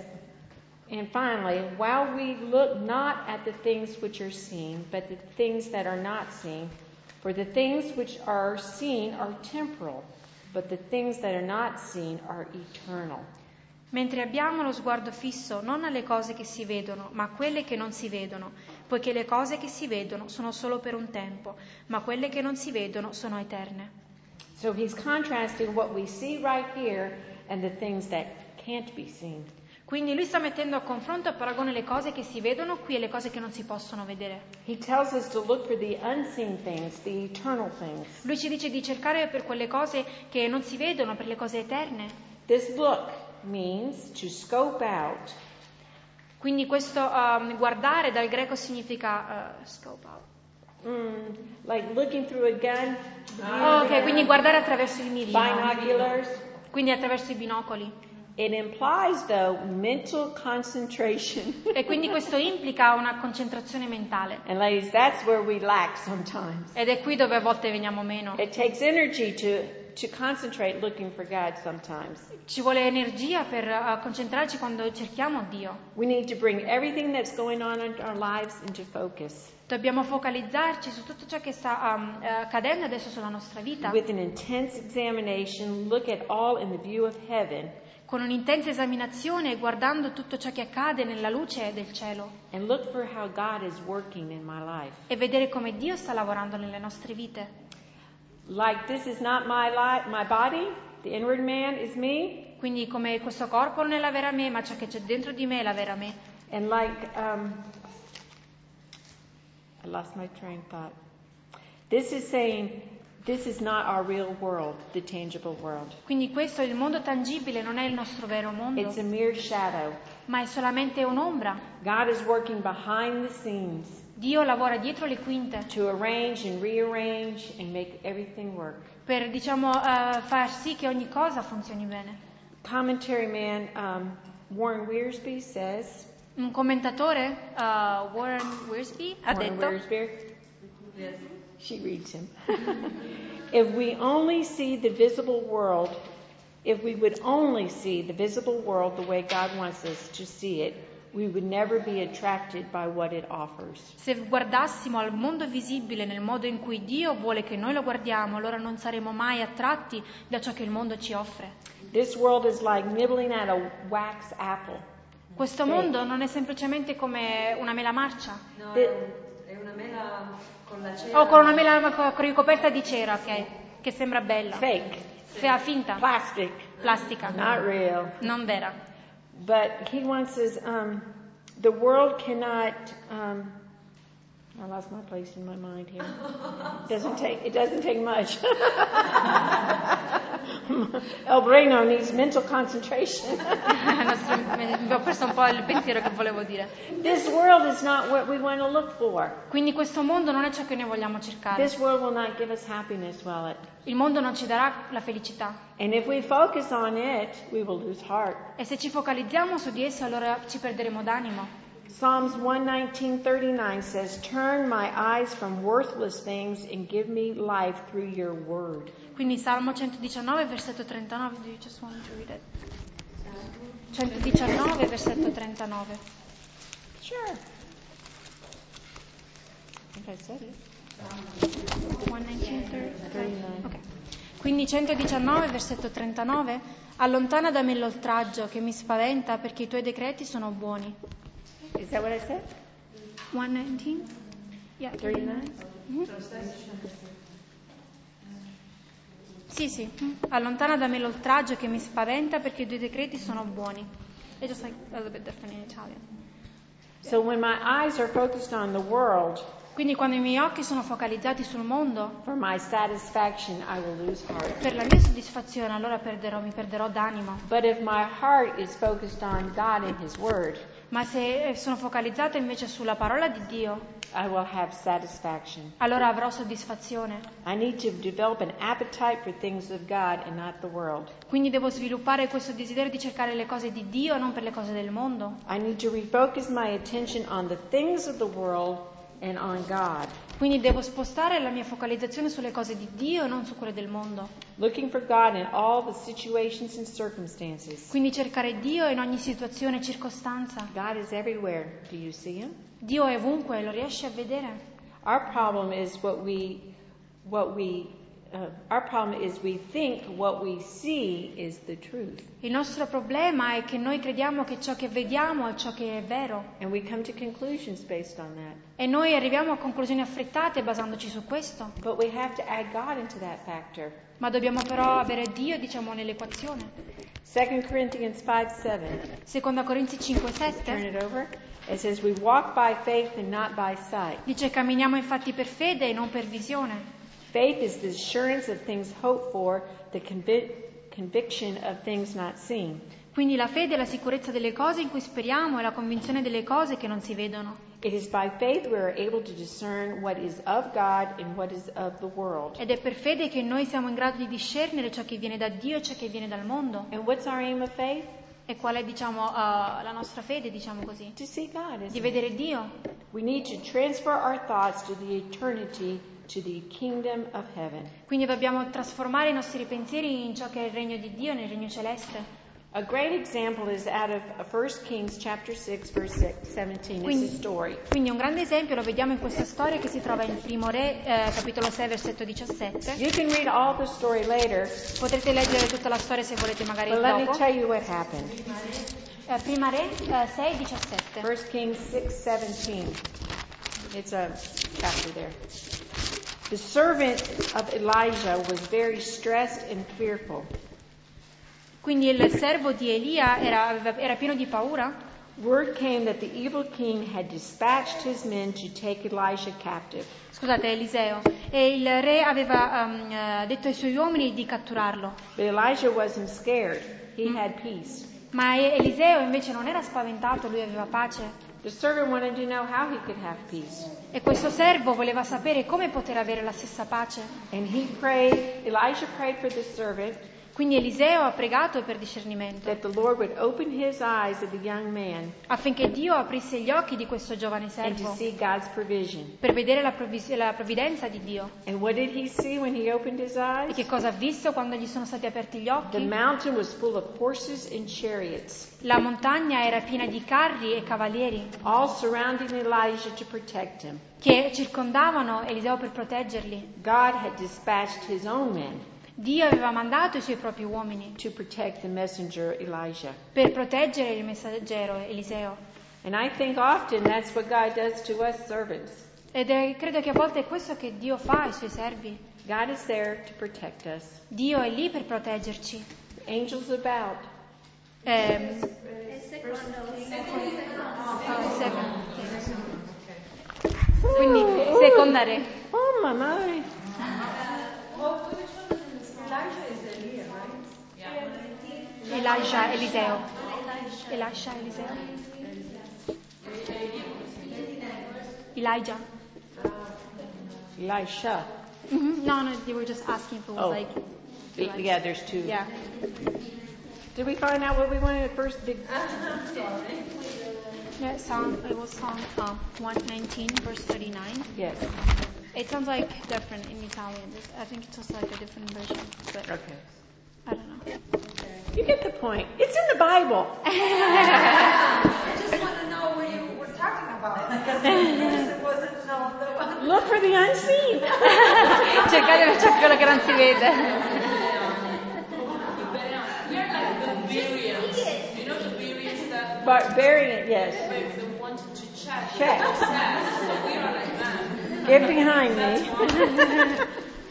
Speaker 1: And finally, while we look not at the things which are seen, but the things that are not seen, for the things which are seen are temporal, but the things that are not seen are eternal.
Speaker 2: Mentre abbiamo lo sguardo fisso non alle cose che si vedono, ma a quelle che non si vedono, poiché le cose che si vedono sono solo per un tempo, ma quelle che non si vedono sono eterne.
Speaker 1: So he's contrasting what we see right here and the things that can't be seen.
Speaker 2: Quindi lui sta mettendo a confronto e a paragone le cose che si vedono qui e le cose che non si possono vedere.
Speaker 1: He tells us to look for the unseen things, the eternal things.
Speaker 2: Lui ci dice di cercare per quelle cose che non si vedono, per le cose eterne.
Speaker 1: This look means to scope out,
Speaker 2: Quindi questo ehm, guardare dal greco significa eh, scope out.
Speaker 1: mm, like looking through a gun,
Speaker 2: Ah, ok, quindi guardare attraverso il mirino,
Speaker 1: binoculars.
Speaker 2: quindi attraverso i binocoli.
Speaker 1: It implies, though, mental concentration.
Speaker 2: E quindi questo implica una concentrazione mentale.
Speaker 1: and, ladies, that's where we lack sometimes.
Speaker 2: Ed è qui dove a volte veniamo meno.
Speaker 1: It takes energy to, to concentrate looking for God sometimes.
Speaker 2: Ci vuole energia per eh, concentrarci quando cerchiamo Dio.
Speaker 1: We need to bring everything that's going on in our lives into focus
Speaker 2: Dobbiamo focalizzarci su tutto ciò che sta um, eh, accadendo adesso sulla nostra vita,
Speaker 1: with an intense examination, look at all in the view of heaven,
Speaker 2: con un'intensa esaminazione, guardando tutto ciò che accade nella luce del cielo
Speaker 1: and look for how God is working in my life.
Speaker 2: e vedere come Dio sta lavorando nelle nostre vite.
Speaker 1: Like this is not my life, my body, the inward man is me,
Speaker 2: Quindi come questo corpo non è la vera me, ma ciò che c'è dentro di me è la vera me.
Speaker 1: and like um, I lost my train of thought. This is saying this is not our real world, the tangible world.
Speaker 2: Quindi questo, il mondo tangibile, non è il nostro vero mondo,
Speaker 1: It's a mere shadow.
Speaker 2: ma è solamente un'ombra.
Speaker 1: God is working behind the scenes.
Speaker 2: Dio lavora dietro le quinte
Speaker 1: to arrange and rearrange and make everything work.
Speaker 2: per diciamo, eh, far sì che ogni cosa funzioni bene.
Speaker 1: Commentary man um, Warren Wearsby says,
Speaker 2: Un commentatore, eh, Warren Wiersbe, ha
Speaker 1: Warren
Speaker 2: detto,
Speaker 1: Wiersbe? She reads him. if we only see the visible world, if we would only see the visible world the way God wants us to see it, we would never be attracted by what it offers.
Speaker 2: se guardassimo al mondo visibile nel modo in cui Dio vuole che noi lo guardiamo, allora non saremo mai attratti da ciò che il mondo ci offre.
Speaker 1: This world is like nibbling at a wax apple.
Speaker 2: Questo mondo non è semplicemente come una mela marcia
Speaker 3: No,
Speaker 1: De-
Speaker 3: è, un- è una mela con la cera.
Speaker 2: o con una mela co- ricoperta di cera, ok? Che sembra bella,
Speaker 1: Fake,
Speaker 2: Fea finta,
Speaker 1: plastic,
Speaker 2: plastica,
Speaker 1: not real.
Speaker 2: non vera.
Speaker 1: But he wants us um, the world cannot. Um, I lost my place in my mind here. Doesn't take it doesn't take much. El Breno needs mental concentration.
Speaker 2: Non so, me- mi ho perso un po' il pensiero che volevo dire.
Speaker 1: This world is not what we want to look for.
Speaker 2: Quindi questo mondo non è ciò che noi vogliamo cercare.
Speaker 1: This world will not give us happiness, will it?
Speaker 2: Il mondo non ci darà la felicità.
Speaker 1: And if we focus on it, we will lose heart.
Speaker 2: E se ci focalizziamo su di esso, allora ci perderemo d'animo.
Speaker 1: Psalms 119:39 says, "Turn my eyes from worthless things and give me life through your word."
Speaker 2: Quindi Salmo 119, versetto 39. Do you just want to read it? 119, versetto 39.
Speaker 1: Sure. I think I said it.
Speaker 2: 119, 39. Ok. Quindi 119, versetto 39. Allontana da me l'oltraggio che mi spaventa perché i tuoi decreti sono buoni.
Speaker 1: Is that what I said?
Speaker 2: 119? Yeah, Mm-hmm.
Speaker 1: 39?
Speaker 2: Sì, sì. Mm. Allontana da me l'oltraggio che mi spaventa perché i tuoi decreti sono buoni. È just like a little bit different in Italian.
Speaker 1: So when my eyes are focused on the world
Speaker 2: Quindi quando i miei occhi sono focalizzati sul mondo,
Speaker 1: for my satisfaction, I will lose heart.
Speaker 2: per la mia soddisfazione, allora perderò, mi perderò d'animo.
Speaker 1: But if my heart is focused on God and His Word,
Speaker 2: Ma se eh, sono focalizzata invece sulla parola di Dio,
Speaker 1: I will have satisfaction.
Speaker 2: allora avrò soddisfazione.
Speaker 1: I need to develop an appetite for things of God and not the world.
Speaker 2: Quindi devo sviluppare questo desiderio di cercare le cose di Dio e non per le cose del mondo.
Speaker 1: I need to refocus my attention on the things of the world and on God.
Speaker 2: Quindi devo spostare la mia focalizzazione sulle cose di Dio e non su quelle del mondo.
Speaker 1: Looking for God in all the situations and circumstances.
Speaker 2: Quindi cercare Dio in ogni situazione e circostanza.
Speaker 1: God is everywhere. Do you see Him?
Speaker 2: Dio è ovunque, lo riesci a vedere.
Speaker 1: Our problem is what we, what we, uh, our problem is we think what we see is the truth,
Speaker 2: Il nostro problema è che noi crediamo che ciò che vediamo è ciò che è vero
Speaker 1: and we come to conclusions based on that.
Speaker 2: e noi arriviamo a conclusioni affrettate basandoci su questo,
Speaker 1: But we have to add God into that factor.
Speaker 2: ma dobbiamo però avere Dio, diciamo, nell'equazione.
Speaker 1: 2 Corinthians 5 7.
Speaker 2: Seconda Corinzi 5,
Speaker 1: Turn
Speaker 2: 7
Speaker 1: it over. It says, We walk by faith and not by sight.
Speaker 2: dice camminiamo infatti per fede e non per visione.
Speaker 1: Faith is the assurance of things hoped for, the convi- conviction of things not seen.
Speaker 2: Quindi la fede è la sicurezza delle cose in cui speriamo e la convinzione delle cose che non si vedono.
Speaker 1: It is by faith we are able to discern what is of God and what is of the world.
Speaker 2: Ed è per fede che noi siamo in grado di discernere ciò che viene da Dio e ciò che viene dal mondo.
Speaker 1: And what's our aim of faith?
Speaker 2: E qual è, diciamo, eh, la nostra fede, diciamo così?
Speaker 1: To see God.
Speaker 2: Di
Speaker 1: Isn't it?
Speaker 2: vedere Dio.
Speaker 1: We need to transfer our thoughts to the eternity, to the kingdom of heaven.
Speaker 2: Quindi dobbiamo trasformare i nostri pensieri in ciò che è il regno di Dio, nel regno celeste.
Speaker 1: A great example is out of 1 Kings chapter 6 verse 6, 17. It's a
Speaker 2: Quindi-
Speaker 1: story.
Speaker 2: Quindi un grande esempio lo vediamo in questa storia che si trova in Primo Re, eh, capitolo 6, versetto 17.
Speaker 1: You can read all the story later,
Speaker 2: Potrete leggere tutta la storia se volete magari
Speaker 1: but let me
Speaker 2: dopo.
Speaker 1: tell you what happened.
Speaker 2: Eh, Prima Re eh, 6, 17.
Speaker 1: 1 Kings 6:17. It's a chapter there. The servant of Elijah was very stressed and fearful.
Speaker 2: Quindi il servo di Elia era, aveva- era pieno di paura
Speaker 1: Word came that the evil king had dispatched his men to take Elijah captive.
Speaker 2: Scusate, Eliseo. E il re aveva ehm, eh, detto ai suoi uomini di catturarlo.
Speaker 1: But Elijah wasn't scared. He had peace.
Speaker 2: Ma E- Eliseo invece non era spaventato, lui aveva pace.
Speaker 1: The servant wanted to know how he could have peace.
Speaker 2: E questo servo voleva sapere come poter avere la stessa pace.
Speaker 1: And he prayed, Elijah prayed for the servant
Speaker 2: Quindi Eliseo ha pregato per discernimento,
Speaker 1: that the Lord would open his eyes of the young man
Speaker 2: affinché Dio aprisse gli occhi di questo giovane
Speaker 1: and to
Speaker 2: servo
Speaker 1: see God's provision.
Speaker 2: per vedere la, provvis- la provvidenza di Dio.
Speaker 1: And what did he see when he opened his
Speaker 2: E
Speaker 1: eyes?
Speaker 2: che cosa ha visto quando gli sono stati aperti gli
Speaker 1: The
Speaker 2: occhi?
Speaker 1: mountain was full of horses and chariots,
Speaker 2: La montagna era piena di carri e cavalieri
Speaker 1: all surrounding Elijah to protect him.
Speaker 2: che circondavano Eliseo per proteggerli.
Speaker 1: God had dispatched his own men
Speaker 2: Dio aveva mandato i suoi propri uomini
Speaker 1: to protect the messenger Elijah.
Speaker 2: per proteggere il messaggero Eliseo.
Speaker 1: And I think often that's what God does to us servants.
Speaker 2: Ed è- credo che a volte è questo che Dio fa ai suoi servi.
Speaker 1: God is there to protect us.
Speaker 2: Dio è lì per proteggerci.
Speaker 1: Angels about.
Speaker 2: ehm, quindi seconda re.
Speaker 1: Oh my my.
Speaker 3: Elijah is Elia, right?
Speaker 2: Elisha Eliseo. Elisha Eliseo. Elijah.
Speaker 1: Elisha.
Speaker 2: Mhm, No, no, you were just asking if it was
Speaker 1: Oh.
Speaker 2: like. Elijah.
Speaker 1: Yeah, there's two.
Speaker 2: Yeah.
Speaker 1: Did we find out what we wanted at first? Did,
Speaker 2: Yeah, Psalm, it was Psalm uh, 119, verse 39.
Speaker 1: yes.
Speaker 2: It sounds like different in Italian. This- I think it's also like a different version, but
Speaker 1: Okay.
Speaker 2: I don't know.
Speaker 1: You get the point. It's in the Bible.
Speaker 3: I just want to know what you were talking about. Because it wasn't no, the one.
Speaker 1: Look for the unseen.
Speaker 2: Cercate perciò quello che non si vede.
Speaker 4: They're like barbarians. You know the barbarians that
Speaker 1: Barbarian, yes.
Speaker 4: like, they wanted to check.
Speaker 1: Check.
Speaker 4: Yeah, so we are like, man.
Speaker 1: Get behind me.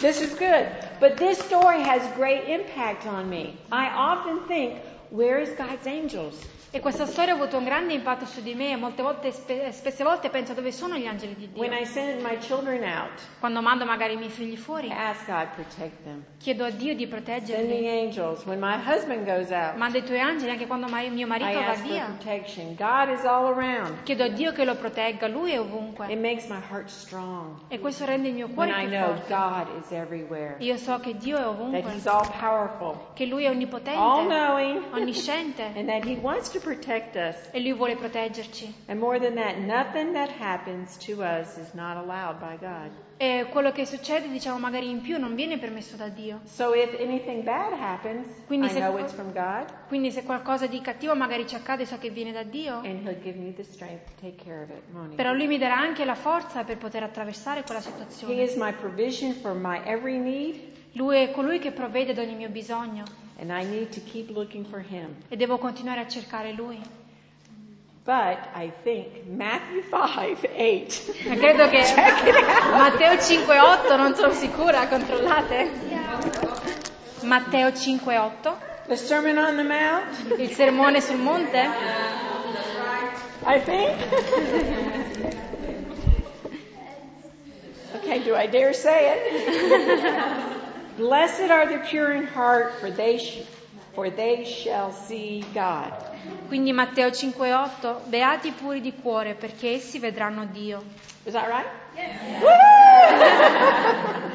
Speaker 1: this is good. But this story has great impact on me. I often think, where is God's angels?
Speaker 2: E questa storia ha avuto un grande impatto su di me e molte volte, spe- spesse volte penso dove sono gli angeli di Dio.
Speaker 1: When I send my children out,
Speaker 2: Quando mando magari i miei figli fuori,
Speaker 1: I ask God protect them.
Speaker 2: chiedo a Dio di
Speaker 1: Sending
Speaker 2: proteggerli.
Speaker 1: angels. When my husband goes out,
Speaker 2: Mando i tuoi angeli anche quando mai- mio
Speaker 1: I
Speaker 2: marito va
Speaker 1: ask for
Speaker 2: via.
Speaker 1: protection. God is all around.
Speaker 2: Chiedo a Dio che lo protegga, lui è
Speaker 1: It
Speaker 2: ovunque.
Speaker 1: makes my heart strong
Speaker 2: E questo rende il mio
Speaker 1: when
Speaker 2: cuore
Speaker 1: I
Speaker 2: più
Speaker 1: know
Speaker 2: forte.
Speaker 1: God is everywhere,
Speaker 2: Io so che Dio è
Speaker 1: that He's
Speaker 2: ovunque,
Speaker 1: all powerful,
Speaker 2: che Lui è onnipotente,
Speaker 1: all knowing,
Speaker 2: onnisciente
Speaker 1: and that He wants to protect us.
Speaker 2: e Lui vuole proteggerci.
Speaker 1: And more than that, nothing that happens to us is not allowed by God.
Speaker 2: E quello che succede, diciamo, magari in più non viene permesso da Dio.
Speaker 1: So if anything bad happens,
Speaker 2: Quindi
Speaker 1: I
Speaker 2: se-
Speaker 1: know it's from God,
Speaker 2: Quindi se qualcosa di cattivo magari ci accade, so che viene da Dio.
Speaker 1: and He'll give me the strength to take care of it, won't
Speaker 2: Però
Speaker 1: He?
Speaker 2: lui mi darà anche la forza per poter attraversare quella
Speaker 1: He
Speaker 2: situazione.
Speaker 1: is my provision for my every need,
Speaker 2: Lui è colui che provvede ad ogni mio bisogno
Speaker 1: and I need to keep looking for Him.
Speaker 2: e devo continuare a cercare lui.
Speaker 1: But I think Matthew 5 8.
Speaker 2: Ma credo Cioè, che Matteo 5.8, non sono sicura, controllate. Matteo 5.8,
Speaker 1: The Sermon on the Mount,
Speaker 2: il sermone sul monte.
Speaker 1: I think. okay, do I dare say it? Blessed are the pure in heart, for they, sh- for they shall see God.
Speaker 2: Quindi Matteo 5.8, beati i puri di cuore perché essi vedranno Dio.
Speaker 1: Is that right? Yes.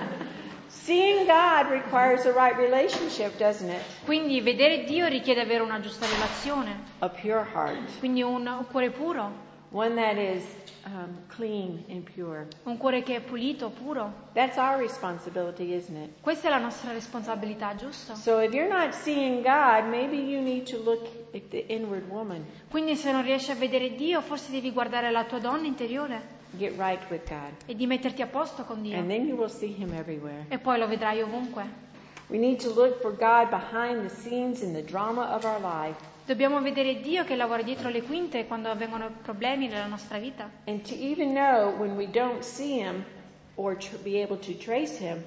Speaker 1: Seeing God requires a right relationship, doesn't it?
Speaker 2: Quindi vedere Dio richiede avere una giusta relazione,
Speaker 1: A pure heart,
Speaker 2: quindi un cuore puro,
Speaker 1: one that is um, clean and pure.
Speaker 2: un cuore che è pulito, puro.
Speaker 1: That's our responsibility, isn't it?
Speaker 2: Questa è la nostra responsabilità, giusto?
Speaker 1: So if you're not seeing God, maybe you need to look at the inward woman.
Speaker 2: Quindi se non riesci a vedere Dio, forse devi guardare la tua donna interiore
Speaker 1: Get right with God.
Speaker 2: e di metterti a posto con Dio.
Speaker 1: And then you will see him everywhere.
Speaker 2: E poi lo vedrai ovunque.
Speaker 1: We need to look for God behind the scenes in the drama of our life
Speaker 2: Dobbiamo vedere Dio che lavora dietro le quinte quando avvengono problemi nella nostra vita.
Speaker 1: and to even know when we don't see him or tr- be able to trace him,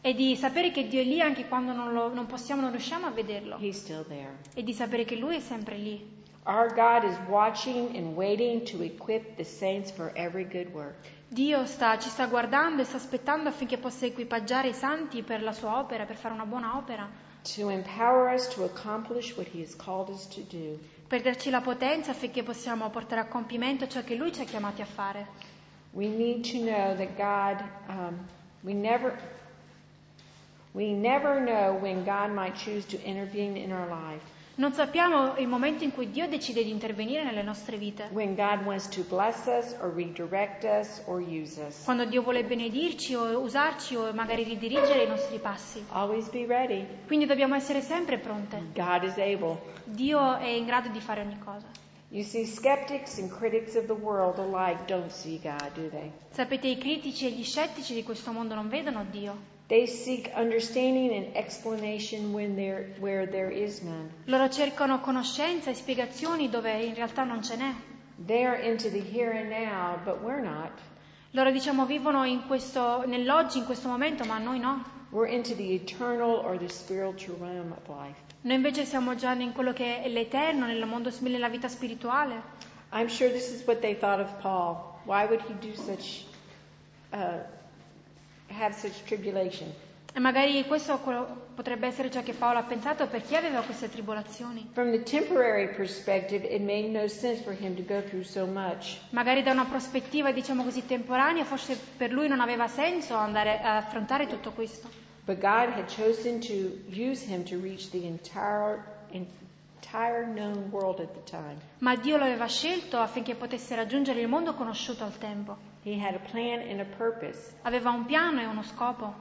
Speaker 2: E di sapere che Dio è lì anche quando non, lo- non possiamo, non riusciamo a vederlo.
Speaker 1: he's still there.
Speaker 2: E di sapere che Lui è sempre lì.
Speaker 1: Our God is watching and waiting to equip the saints for every good work.
Speaker 2: Dio sta- ci sta guardando e sta aspettando affinché possa equipaggiare i santi per la sua opera, per fare una buona opera,
Speaker 1: To empower us to accomplish what He has called us to do.
Speaker 2: per darci la potenza affinché possiamo portare a compimento ciò che Lui ci ha chiamati a fare.
Speaker 1: We need to know that God, um, we never, we never know when God might choose to intervene in our life,
Speaker 2: Non sappiamo il momento in cui Dio decide di intervenire nelle nostre vite,
Speaker 1: when God wants to bless us or redirect us or use us.
Speaker 2: quando Dio vuole benedirci o usarci o magari ridirigere i nostri passi.
Speaker 1: Always be ready.
Speaker 2: Quindi dobbiamo essere sempre pronte.
Speaker 1: God is able.
Speaker 2: Dio è in grado di fare ogni cosa.
Speaker 1: You see, skeptics and critics of the world alike don't see God, do they?
Speaker 2: Sapete, i critici e gli scettici di questo mondo non vedono Dio.
Speaker 1: They seek understanding and explanation when there, where there is none.
Speaker 2: Loro cercano conoscenza e spiegazioni dove in realtà non ce n'è.
Speaker 1: They are into the here and now, but we're not.
Speaker 2: Loro diciamo vivono in questo, nell'oggi, in questo momento, ma noi no.
Speaker 1: We're into the eternal or the spiritual realm of life.
Speaker 2: Noi invece siamo già in quello che è l'eterno, nel mondo, nella vita spirituale.
Speaker 1: I'm sure this is what they thought of Paul. Why would he do such, uh, have such tribulation?
Speaker 2: E magari questo quello- potrebbe essere ciò che Paolo ha pensato per chi aveva queste tribolazioni.
Speaker 1: From the temporary perspective, it made no sense for him to go through so much.
Speaker 2: Magari da una prospettiva, diciamo così, temporanea, forse per lui non aveva senso andare a affrontare tutto questo.
Speaker 1: But God had chosen to use him to reach the entire, entire known world at the time.
Speaker 2: Ma Dio lo aveva scelto affinché potesse raggiungere il mondo conosciuto al tempo.
Speaker 1: He had a plan and a purpose.
Speaker 2: Aveva un piano e uno scopo.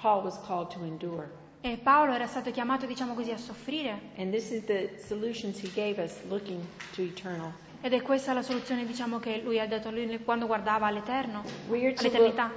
Speaker 1: Paul was called to endure.
Speaker 2: E Paolo era stato chiamato, diciamo così, a soffrire.
Speaker 1: And this is the solutions he gave us looking to eternal.
Speaker 2: Ed è questa la soluzione, diciamo, che lui ha dato a lui quando guardava all'eterno,
Speaker 1: We are, to look,
Speaker 2: all'eternità.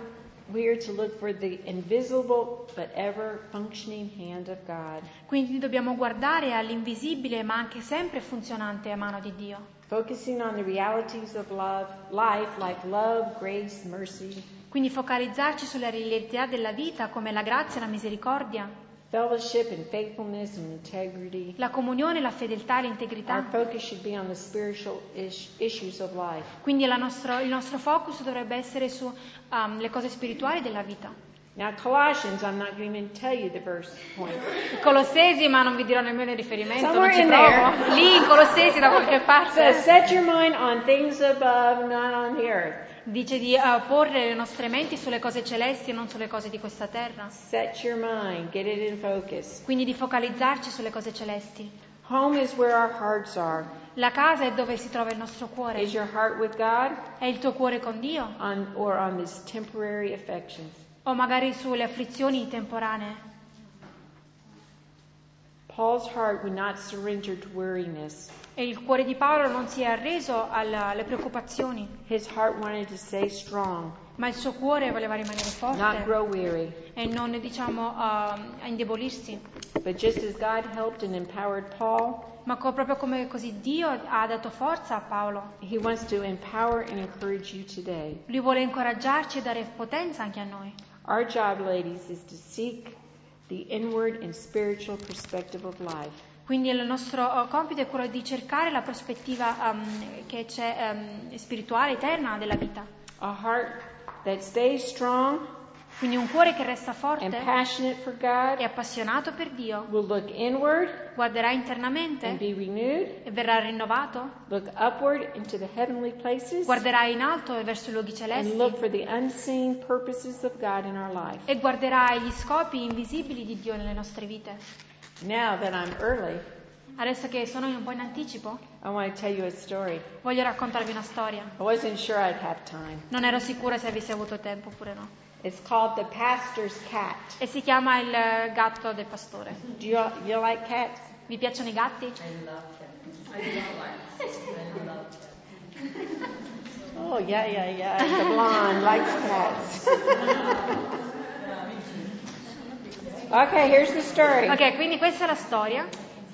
Speaker 1: we are to look for the invisible but ever functioning hand of God,
Speaker 2: Quindi dobbiamo guardare all'invisibile, ma anche sempre funzionante a mano di Dio.
Speaker 1: focusing on the realities of love, life like love, grace, mercy,
Speaker 2: Quindi focalizzarci sulla realtà della vita come la grazia, la misericordia,
Speaker 1: fellowship and faithfulness and integrity.
Speaker 2: la comunione, la fedeltà,
Speaker 1: Our
Speaker 2: l'integrità.
Speaker 1: focus should be on the spiritual is- issues of life.
Speaker 2: Quindi la nostro- il nostro focus dovrebbe essere sulle cose spirituali della vita.
Speaker 1: Now, Colossians, I'm not going to tell you the verse point.
Speaker 2: I Colossesi, ma non vi dirò nemmeno il riferimento, non
Speaker 1: Somewhere
Speaker 2: ci
Speaker 1: in
Speaker 2: provo. Lì in Colossesi da qualche
Speaker 1: It says,
Speaker 2: parte
Speaker 1: Set your mind on things above, not on the earth.
Speaker 2: dice di eh, porre le nostre menti sulle cose celesti e non sulle cose di questa terra.
Speaker 1: Set your mind, get it in focus.
Speaker 2: Quindi di focalizzarci sulle cose celesti.
Speaker 1: Home is where our hearts are.
Speaker 2: La casa è dove si trova il nostro cuore.
Speaker 1: Is your heart with God
Speaker 2: È il tuo cuore con Dio?
Speaker 1: on, or on these temporary affections?
Speaker 2: O magari sulle afflizioni temporanee?
Speaker 1: Paul's heart would not surrender to weariness.
Speaker 2: E il cuore di Paolo non si è arreso alla- alle preoccupazioni,
Speaker 1: His heart wanted to stay strong,
Speaker 2: ma il suo cuore voleva rimanere
Speaker 1: not
Speaker 2: forte
Speaker 1: grow weary.
Speaker 2: e non, diciamo, a a indebolirsi.
Speaker 1: But just as God helped and empowered Paul,
Speaker 2: Ma co- proprio come così Dio ha dato forza a Paolo.
Speaker 1: he wants to empower and encourage you today.
Speaker 2: Lui vuole incoraggiarci e dare potenza anche a noi.
Speaker 1: Our job, ladies, is to seek the inward and spiritual perspective of life.
Speaker 2: Quindi il nostro eh, compito è quello di cercare la prospettiva ehm, che c'è ehm, spirituale, eterna della vita.
Speaker 1: A heart that stays strong
Speaker 2: Quindi un cuore che resta
Speaker 1: and
Speaker 2: forte
Speaker 1: passionate for
Speaker 2: e
Speaker 1: God
Speaker 2: appassionato per Dio
Speaker 1: will look inward
Speaker 2: guarderà
Speaker 1: and
Speaker 2: internamente
Speaker 1: be renewed,
Speaker 2: e verrà rinnovato,
Speaker 1: look upward into the heavenly places,
Speaker 2: guarderà in alto e verso i luoghi
Speaker 1: and
Speaker 2: celesti
Speaker 1: look for the unseen purposes of God in our life.
Speaker 2: e guarderà gli scopi invisibili di Dio nelle nostre vite.
Speaker 1: Now that I'm early,
Speaker 2: Adesso che sono un po' in anticipo,
Speaker 1: I want to tell you a story.
Speaker 2: voglio raccontarvi una storia.
Speaker 1: I wasn't sure I'd have time.
Speaker 2: Non ero sicura se avessi avuto tempo oppure no.
Speaker 1: It's called The Pastor's Cat.
Speaker 2: E si chiama il eh, gatto del pastore.
Speaker 1: Do you, you like cats?
Speaker 2: Vi piacciono i gatti?
Speaker 1: Oh, yeah, yeah, yeah. The blonde likes cats. okay, here's the story.
Speaker 2: Ok, quindi questa è la storia.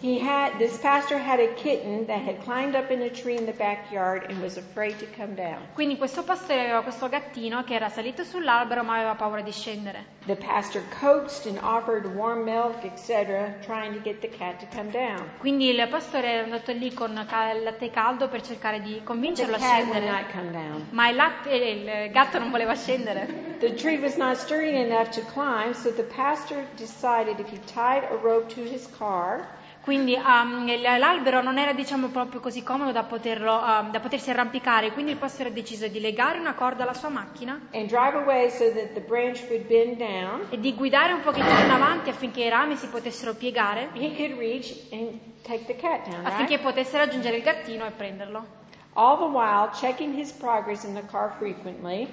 Speaker 1: He had this pastor had a kitten that had climbed up in a tree in the backyard and was afraid to come down.
Speaker 2: Quindi questo pastore aveva questo gattino che era salito sull'albero ma aveva paura di scendere.
Speaker 1: The pastor coaxed and offered warm milk, etc., trying to get the cat to come down.
Speaker 2: Quindi il pastore era andato lì con ca- il latte caldo per cercare di
Speaker 1: The
Speaker 2: convincerlo a
Speaker 1: cat would
Speaker 2: scendere.
Speaker 1: not come down.
Speaker 2: Ma il, latte- il gatto non voleva scendere.
Speaker 1: The tree was not sturdy enough to climb, so the pastor decided if he tied a rope to his car,
Speaker 2: Quindi ehm, il- l'albero non era diciamo proprio così comodo da, poterlo, ehm, da potersi arrampicare, quindi il pastore ha deciso di legare una corda alla sua macchina
Speaker 1: and drive away so that the branch would bend down,
Speaker 2: e di guidare un pochettino in avanti affinché i rami si potessero piegare,
Speaker 1: he could reach and take the cat down,
Speaker 2: affinché
Speaker 1: right?
Speaker 2: potesse raggiungere il gattino e prenderlo.
Speaker 1: All the while, checking his progress in the car frequently,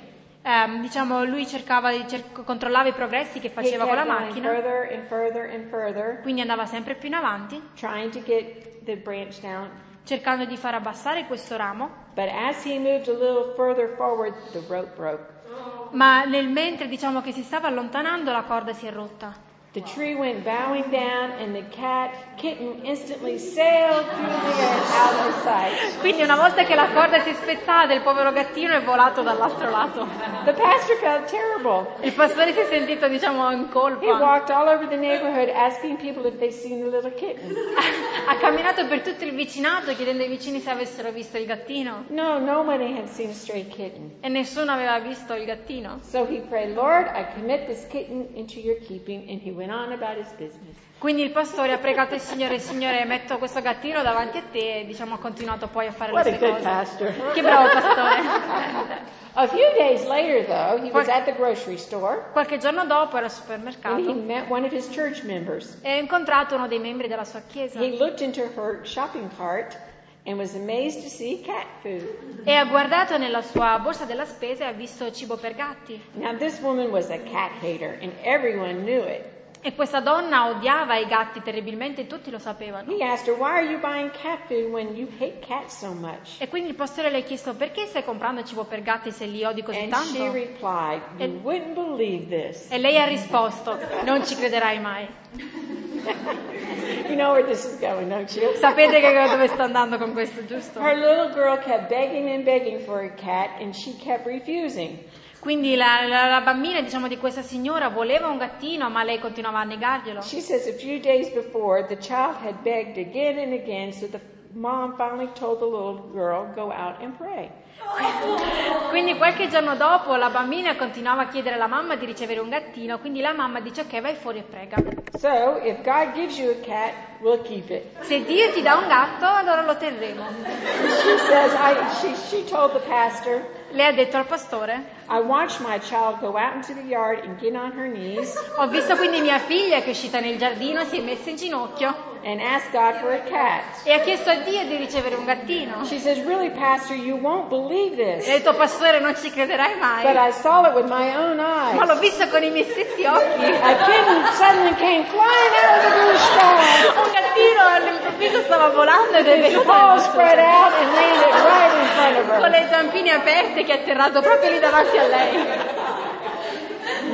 Speaker 2: Ehm, diciamo, lui cercava di cer- controllava i progressi che
Speaker 1: he
Speaker 2: faceva
Speaker 1: kept
Speaker 2: con la
Speaker 1: going
Speaker 2: macchina,
Speaker 1: further and further and further,
Speaker 2: quindi andava sempre più in avanti,
Speaker 1: trying to get the branch down.
Speaker 2: cercando di far abbassare questo ramo,
Speaker 1: But as he moved a little further forward, the rope broke.
Speaker 2: ma nel mentre diciamo che si stava allontanando la corda si è rotta.
Speaker 1: The tree went bowing down and the cat kitten instantly sailed through the air out of sight.
Speaker 2: Quindi una volta che la corda si è spezzata, il povero gattino è volato dall'altro lato.
Speaker 1: The pastor felt terrible.
Speaker 2: Il pastore si è sentito, diciamo, in
Speaker 1: He
Speaker 2: colpa.
Speaker 1: walked all over the neighborhood asking people if they'd seen the little kitten.
Speaker 2: Ha camminato per tutto il vicinato chiedendo ai vicini se avessero visto il gattino.
Speaker 1: No, nobody had seen a stray kitten.
Speaker 2: E nessuno aveva visto il gattino.
Speaker 1: So he prayed, Lord, I commit this kitten into your keeping, and he went on about his business.
Speaker 2: Quindi il pastore ha pregato il Signore, Signore, metto questo gattino davanti a te e diciamo ha continuato poi a fare
Speaker 1: What
Speaker 2: le
Speaker 1: a
Speaker 2: sue
Speaker 1: good
Speaker 2: cose.
Speaker 1: pastor.
Speaker 2: Che bravo pastore.
Speaker 1: A few days later, though, he was at the grocery store
Speaker 2: Qualche giorno dopo era al
Speaker 1: and he
Speaker 2: supermercato
Speaker 1: met one of his church members.
Speaker 2: e ha incontrato uno dei membri della sua chiesa
Speaker 1: He looked into her shopping cart and was amazed to see cat food.
Speaker 2: e ha guardato nella sua borsa della spesa e ha visto cibo per gatti.
Speaker 1: Now, this woman was a cat hater, and everyone knew it.
Speaker 2: E questa donna odiava i gatti terribilmente e tutti lo sapevano.
Speaker 1: He asked her, Why are you buying cat food when you hate cats so much?
Speaker 2: E quindi il pastore le ha chiesto perché stai comprando cibo per gatti se li odi così
Speaker 1: And she
Speaker 2: tanto?
Speaker 1: replied, You
Speaker 2: And-
Speaker 1: wouldn't believe this.
Speaker 2: E lei ha risposto, non ci crederai mai.
Speaker 1: You know where this is going, don't you?
Speaker 2: Sapete che dove sto andando con questo, giusto?
Speaker 1: Her little girl kept begging and begging for a cat, and she kept refusing.
Speaker 2: Quindi la, la- la bambina, diciamo, di questa signora voleva un gattino, ma lei continuava a negarglielo.
Speaker 1: She says a few days before, the child had begged again and again, so the mom finally told the little girl, Go out and pray.
Speaker 2: Quindi qualche giorno dopo la bambina continuava a chiedere alla mamma di ricevere un gattino, quindi la mamma dice ok vai fuori e prega.
Speaker 1: So, if God gives you a cat, we'll keep it.
Speaker 2: Se Dio ti dà un gatto allora lo terremo.
Speaker 1: She says, I, she, she told the pastor,
Speaker 2: Lei ha detto al pastore,
Speaker 1: I watched my child go out into the yard and get on her knees
Speaker 2: ho visto quindi mia figlia che è uscita nel giardino, si è messa in ginocchio
Speaker 1: and ask God for a cat.
Speaker 2: e ha chiesto a Dio di ricevere un gattino.
Speaker 1: She says, Really, pastor, you won't believe
Speaker 2: E
Speaker 1: this.
Speaker 2: ha detto pastore non ci crederai
Speaker 1: But
Speaker 2: mai,
Speaker 1: I saw it with my own
Speaker 2: ma
Speaker 1: eyes.
Speaker 2: l'ho visto con i miei stessi occhi.
Speaker 1: A kitten suddenly came flying out of the blue sky.
Speaker 2: Un gattino all'improvviso stava volando ed è
Speaker 1: His
Speaker 2: venuto
Speaker 1: paws spread out and landed right in front of
Speaker 2: con
Speaker 1: her.
Speaker 2: le zampine aperte che è atterrato proprio lì davanti a lei.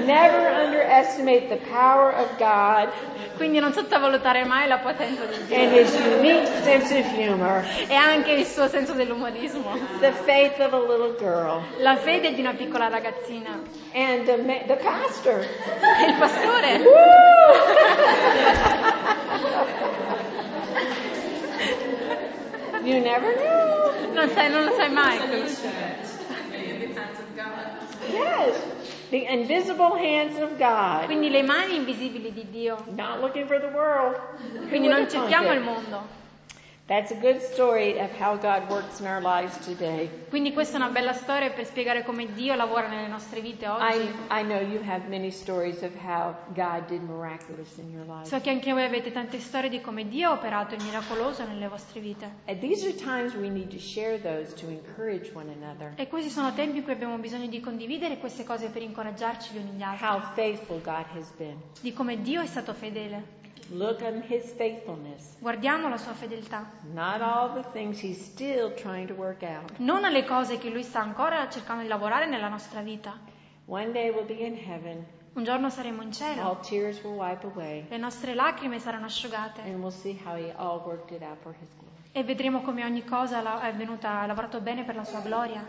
Speaker 1: Never underestimate the power of God
Speaker 2: Quindi non sottovalutare mai la potenza di Dio
Speaker 1: and his unique sense of humor.
Speaker 2: e anche il suo senso dell'umorismo.
Speaker 1: The faith of a little girl.
Speaker 2: La fede di una piccola ragazzina.
Speaker 1: And the, ma- the pastor.
Speaker 2: E il pastore.
Speaker 1: You never know.
Speaker 2: Non, sai, non lo sai mai. questo.
Speaker 1: Yes. The invisible hands of God.
Speaker 2: Quindi le mani invisibili di Dio.
Speaker 1: Not looking for the world.
Speaker 2: Quindi non cerchiamo il mondo.
Speaker 1: That's a good story of how God works in our lives today.
Speaker 2: Quindi questa è una bella storia per spiegare come Dio lavora nelle nostre vite
Speaker 1: I,
Speaker 2: oggi.
Speaker 1: I know you have many stories of how God did miraculous in your life.
Speaker 2: So che anche voi avete tante storie di come Dio ha operato il miracoloso nelle vostre vite.
Speaker 1: And these are times we need to share those to encourage one another.
Speaker 2: E questi sono tempi in cui abbiamo bisogno di condividere queste cose per incoraggiarci gli uni gli altri.
Speaker 1: How faithful God has been.
Speaker 2: Di come Dio è stato fedele.
Speaker 1: Look on his faithfulness,
Speaker 2: Guardiamo la sua fedeltà,
Speaker 1: not all the things he's still trying to work out.
Speaker 2: non alle cose che lui sta ancora cercando di lavorare nella nostra vita.
Speaker 1: One day we'll be in heaven,
Speaker 2: Un giorno saremo in cielo,
Speaker 1: all tears will wipe away,
Speaker 2: le nostre lacrime saranno asciugate
Speaker 1: and we'll see how he all worked it out for his glory.
Speaker 2: e vedremo come ogni cosa la- è venuta, ha lavorato bene per la sua gloria.